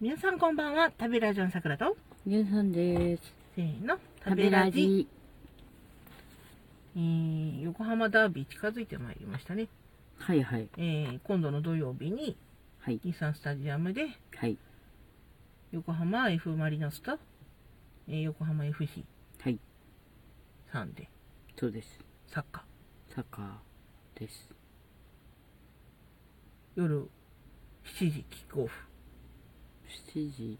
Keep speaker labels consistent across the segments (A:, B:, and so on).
A: 皆さんこんばんは食べラジオのさくらと
B: ゆうさんです。
A: せーの
B: 食べラジ。
A: えー横浜ダービー近づいてまいりましたね、
B: はいはい。
A: えー今度の土曜日に
B: はい。
A: 日産スタジアムで
B: はい。
A: 横浜 F ・マリノスと、えー横浜 FC
B: はい。
A: さんで
B: そうです。
A: サッカー
B: サッカーです。
A: 夜7時キックオフ
B: 7時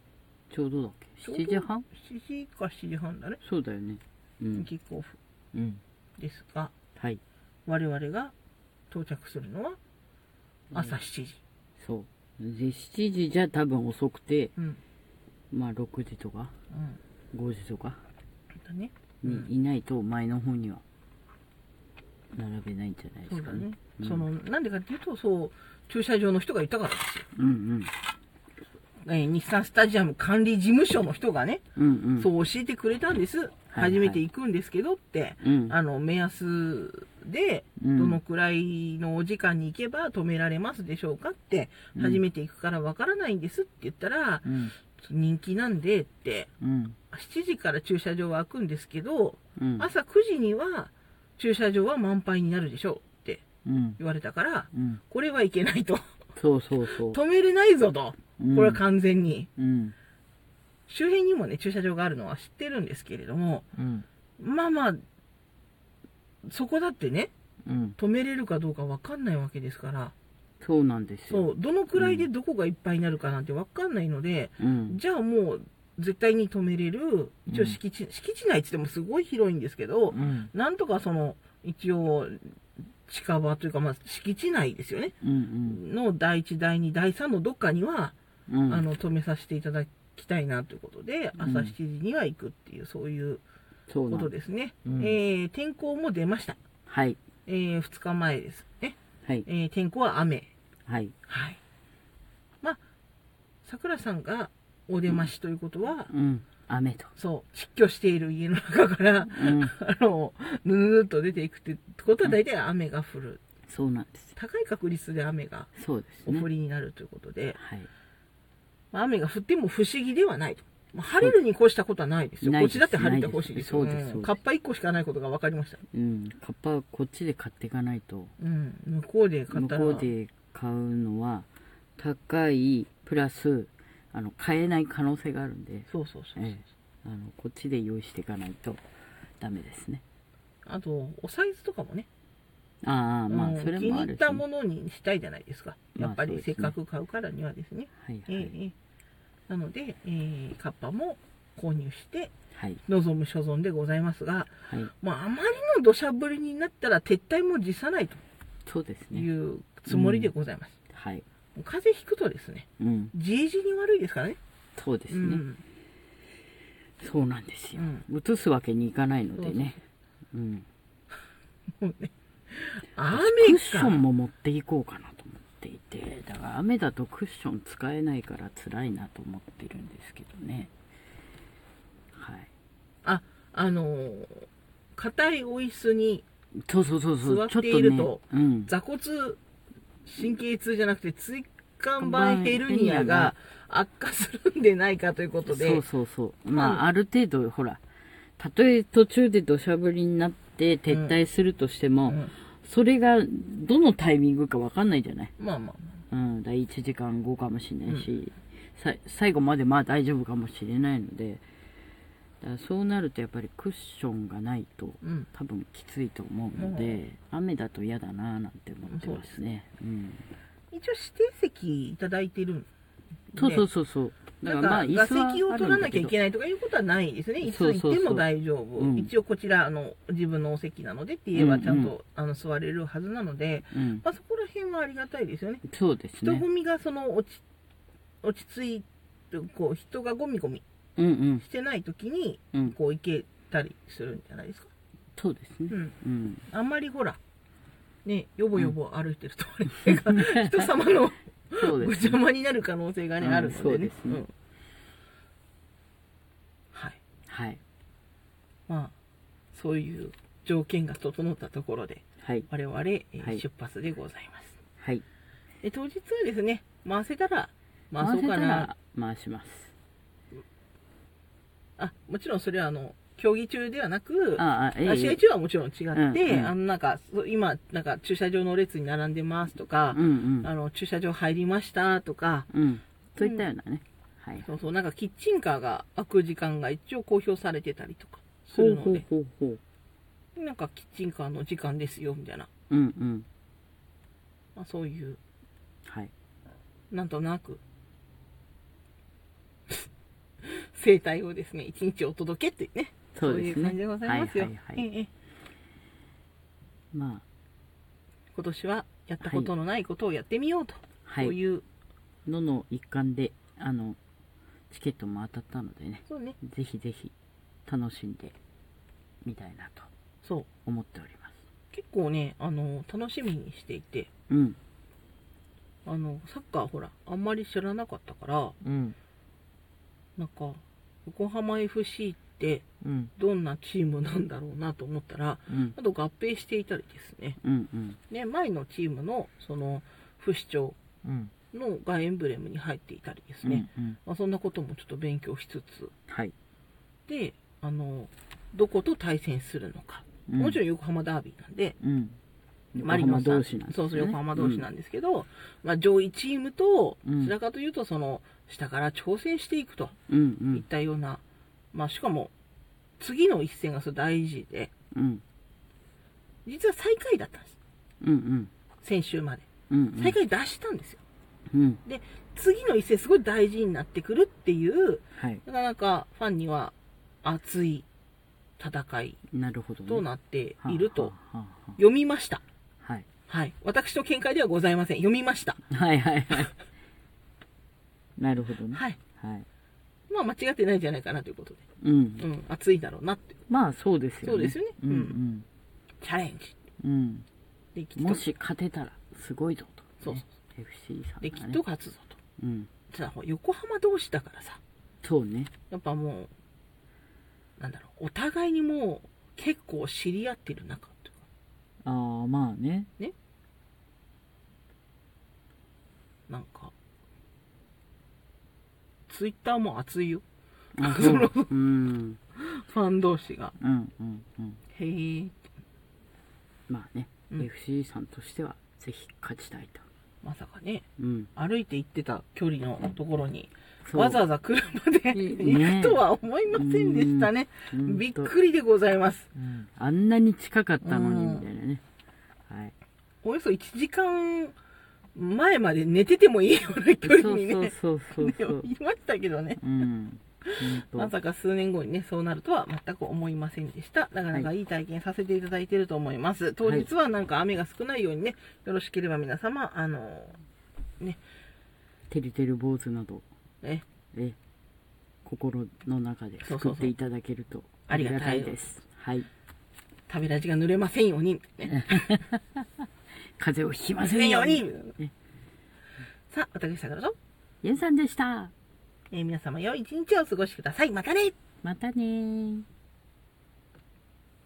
B: ちょうどだっ
A: ち
B: け
A: ょう
B: ?7
A: ど
B: 時半
A: ?7 時か7時半だね、
B: そうだよね。うん。
A: キックオフ
B: うん。
A: ですが
B: はい。
A: 我々が到着するのは朝7時、
B: そう。で、7時じゃ多分遅くて、
A: うん
B: まあ6時とか
A: うん
B: 5時とか
A: だね
B: にいないと前の方には並べないんじゃないで
A: そ
B: す
A: う
B: か
A: だ
B: ね
A: ね。、そのなんでかっていうとそう駐車場の人がいたからですよ、
B: うん
A: えー日産スタジアム管理事務所の人がね、
B: うん。うんうん。
A: そう教えてくれたんです、
B: はい
A: 初めて行くんですけどって、
B: うん
A: あの目安でど
B: うん
A: のくらいのお時間に行けば止められますでしょうかって、
B: うん
A: 初めて行くからわからないんですって言ったら、
B: うん。
A: 人気なんでって
B: うん。
A: 7時から駐車場は開くんですけど、
B: うん。
A: 朝9時には駐車場は満杯になるでしょうって
B: うん。
A: 言われたから
B: うん。
A: これはいけないと。
B: そうそうそう。
A: 止めれないぞと、
B: うん
A: これは完全に。
B: うん。
A: 周辺にもね、駐車場があるのは知ってるんですけれども、
B: うん。
A: まあまあ、そこだってね、
B: うん。
A: 止めれるかどうかわかんないわけですから、
B: そうなんですよ。
A: そう、どのくらいでどこがいっぱいになるかなんてわかんないので、
B: うん。
A: じゃあもう、絶対に止めれる、一応敷地、敷地内って言ってもすごい広いんですけど
B: う、ん。
A: なんとかその、一応、近場というか、まあ、敷地内ですよね。
B: うん。
A: の第1、第2、第3のどっかには、
B: うん。うん。
A: あの止めさせていただきたいなということで
B: うん
A: 朝7時には行くっていうそういう
B: そう
A: こ
B: な
A: と
B: ん
A: ですね、
B: うん
A: えー天候も出ました、
B: はい。
A: えー、2日前ですね、
B: はい。
A: えー天候は雨
B: はい。
A: はいまあさくらさんがお出ましということは、
B: うん。雨と。
A: そう失去している家の中から、あ
B: ん
A: のぬるぬるっと出ていくってことは大体雨が降る
B: そうなんですよ。
A: 高い確率で雨が
B: そうです
A: お
B: ね
A: 降。りになるということで、
B: はい。
A: まあ雨が降っても不思議ではないと。まあ晴れるに越したことはないですよ。
B: ない
A: こっ
B: です
A: ちだって晴れてほしいですよ。
B: ないですそうで
A: う
B: すそうんです
A: カッパ1個しかないことが分かりました。
B: うん。カッパこっちで買っていかないと、
A: うん。向こうで買っ
B: 向
A: たら。
B: こうで買うのは、高い、プラス、あの、買えない可能性があるんで、
A: そうそうそう。
B: ええ。あの、こっちで用意していかないと、ダメですね。
A: あと、おサイズとかもね。
B: ああ、
A: う
B: まあ、
A: ん
B: それ
A: 気に
B: もあ
A: 入
B: る
A: っ
B: しね。
A: たものにしたいじゃないですか。やっぱ
B: まあそう
A: り
B: です
A: せっ
B: ね
A: かく買うからにはですね。
B: はいは
A: ええ
B: い。
A: ええなので、ええカッパも購入して、
B: はい。
A: 望む所存でございますが、
B: はい。
A: まあ、あまりの土砂降りになったら撤退も辞さないと
B: そうです
A: い
B: ね。
A: うつもりでございます。
B: はい。
A: 風邪ひくとですね、
B: うん。
A: じいじに悪いですからね。
B: そうです
A: う
B: ね。
A: ん
B: そうなんですよ
A: うん。
B: 移すわけにいかないのでね。うん。
A: もうね
B: ク
A: 雨
B: ッション
A: か。
B: も持っていこうかなと思っていて、だから雨だとクッション使えないから辛いなと思ってるんですけどね。はい。
A: あ、あのー硬いお椅子に
B: そうそうそうそ
A: 座っ
B: う。
A: ていると
B: ちょっねうん。
A: 座骨神経痛じゃなくて椎間板ヘルニアが悪化するんでないかということで、
B: そうそうそう。ま
A: うん
B: あ、ある程度、ほら、たとえ途中で土砂降りになって撤退するとしても、
A: うん
B: それがどのタイミングかわかんないじゃない。
A: まあまあま
B: うん、第1時間後かもしれないし、さ最後までまあ大丈夫かもしれないのでだからそうなるとやっぱりクッションがないと
A: あ、うん。
B: 多分きついと思うので、雨だと嫌だなーなんて思ってますねうん
A: 一応指定席いただいてるんで。
B: そうそうそうそうだ
A: な
B: か
A: ん
B: らま
A: か
B: あ椅
A: 座
B: 子はあ
A: 席を取
B: る
A: ら
B: ん
A: なきゃ
B: だけ
A: い
B: ど
A: けないとかいうことはないですね。いつ
B: そうそうそう
A: 行っても大丈夫。
B: うん
A: 一応こちら、あの、自分のお席なのでって言えばちゃんと、
B: うんう
A: あの座れるはずなので、
B: うん
A: まあ、そこら辺はありがたいですよね。
B: そうです
A: 人
B: ね
A: 混みがその落ち落ち着いてこう人がゴミゴミ
B: うんうん
A: してない時に
B: うん
A: こう行けたりするんじゃないですか。
B: そうですね
A: うん、
B: うん
A: あんまりほらねよぼよぼ歩いてると、あ れが人様の
B: そう
A: ご
B: です
A: 邪魔になる可能性がね、
B: うん
A: あるの
B: そ
A: で
B: う
A: ね
B: で。すね
A: んはい、
B: はい
A: まあそういう条件が整ったところで
B: はい
A: 我々、えー
B: はい
A: 出発でございます。
B: はい
A: で当日はですね回せたら回
B: 合わ
A: そ
B: せ
A: う
B: た
A: かな
B: ら回します
A: あもちろんそれはあの競技中ではなく
B: ああええ
A: あ試合中はもちろん違って、
B: うんうん
A: あのなんかそう今なんか駐車場の列に並んでますとか
B: う、ん
A: あの駐車場入りましたとか
B: うんうんといったようなね、はい
A: そうそうなんかキッチンカーが開く時間が一応公表されてたりとかす
B: ほ
A: る
B: う
A: の
B: ほう
A: で
B: ほうほう
A: なんかキッチンカーの時間ですよみたいな、
B: うんうん
A: まあ、そういう
B: はい
A: なんとなく 生態をですね一日お届けっていうね
B: そうです
A: いう
B: ね
A: 感じでございますよ、
B: はいはいはい
A: ええ
B: ま
A: 今年はやったことのないことをやってみようと、
B: あは
A: そう
B: い
A: いう
B: のの一環であのチケットも当たったのでね
A: そうね
B: ぜひぜひ楽しんでみたいなと
A: そう
B: 思っております
A: 結構ねあの楽しみにしていて
B: うん
A: あのサッカーほらあんまり知らなかったから
B: うん
A: なんか横浜 FC って
B: うん
A: どんなチームなんだろうなと思ったら
B: うん
A: あと合併していたりですね
B: うんうん
A: ね前のチームのその不死鳥
B: うん
A: のがエンブレムに入っていたりです
B: う
A: ね、
B: んうん
A: まあ、そんなこともちょっと勉強しつつ
B: はい
A: であのどこと対戦するのか、
B: うん
A: もちろん横浜ダービーなんで
B: うん
A: マリノス
B: 横浜同士なんですね
A: そうそう横浜同士なんですけど、まあ、上位チームと
B: うん
A: どちらかというとその下から挑戦していくと
B: うんう
A: いっ
B: ん
A: たような、まあ、しかも次の一戦がそれ大事で
B: うん
A: 実は最下位だったんです
B: うんうん
A: 先週まで
B: うんうん
A: 最下位出したんですよ、
B: うん
A: で次の一戦すごい大事になってくるっていう
B: はい
A: なかなかファンには熱い戦い
B: なるほどね
A: となっていると
B: はあはあは
A: 読みました
B: あはい
A: はい私の見解ではございません読みました
B: はいはいはいなるほどね
A: はい
B: はい
A: まあ間違ってないんじゃないかなということで、
B: うん
A: うん、熱いだろうなっていう
B: まあそうですよね
A: そうですよね
B: うんうん
A: チャレンジ
B: うん
A: できっと
B: もし勝てたらすごいぞ
A: そ
B: と、ね、
A: うそう
B: FC さんが、ね、
A: できっと勝つぞと
B: うん
A: ただほら横浜同士だからさ
B: そうね
A: やっぱもうなんだろうお互いにもう結構知り合ってる中というか
B: ああまあね
A: なんかツイッターも熱いよ
B: あそううん
A: ファン同士が
B: うんうんうん
A: へえ
B: まあね、
A: うん
B: FC さんとしてはぜひ勝ちたいと
A: まさかね
B: うん
A: 歩いて行ってた距離のところに
B: そう
A: わざわざ車で行
B: ね
A: くとは思いませんでしたね
B: うんほんと
A: びっくりでございます
B: うんあんなに近かったのに
A: うん
B: みたいなねはい
A: およそ1時間前まで寝ててもいいような距離
B: そう
A: にね
B: そうそ うそうそ
A: ね
B: う
A: いましたけどね
B: うんほ
A: ま
B: んと
A: さか数年後にねそうなるとは全く思いませんでしたなかなかいい体験させていただいてると思います、当日はなんか雨が少ないようにねよろしければ皆様あの
B: てりてる坊主など
A: ね
B: え心の中で
A: そうそうそう
B: 作っていただけると
A: ありがたい
B: ですはい
A: 食べラジが濡れませんように、ね、
B: 風邪をひきま
A: 濡
B: せ
A: れ
B: ん
A: んよ
B: よ
A: うに
B: うにね
A: さあ私さくらと、
B: ゆんさんでした
A: えー皆様良い一日をお過ごしくださいまたね
B: またねー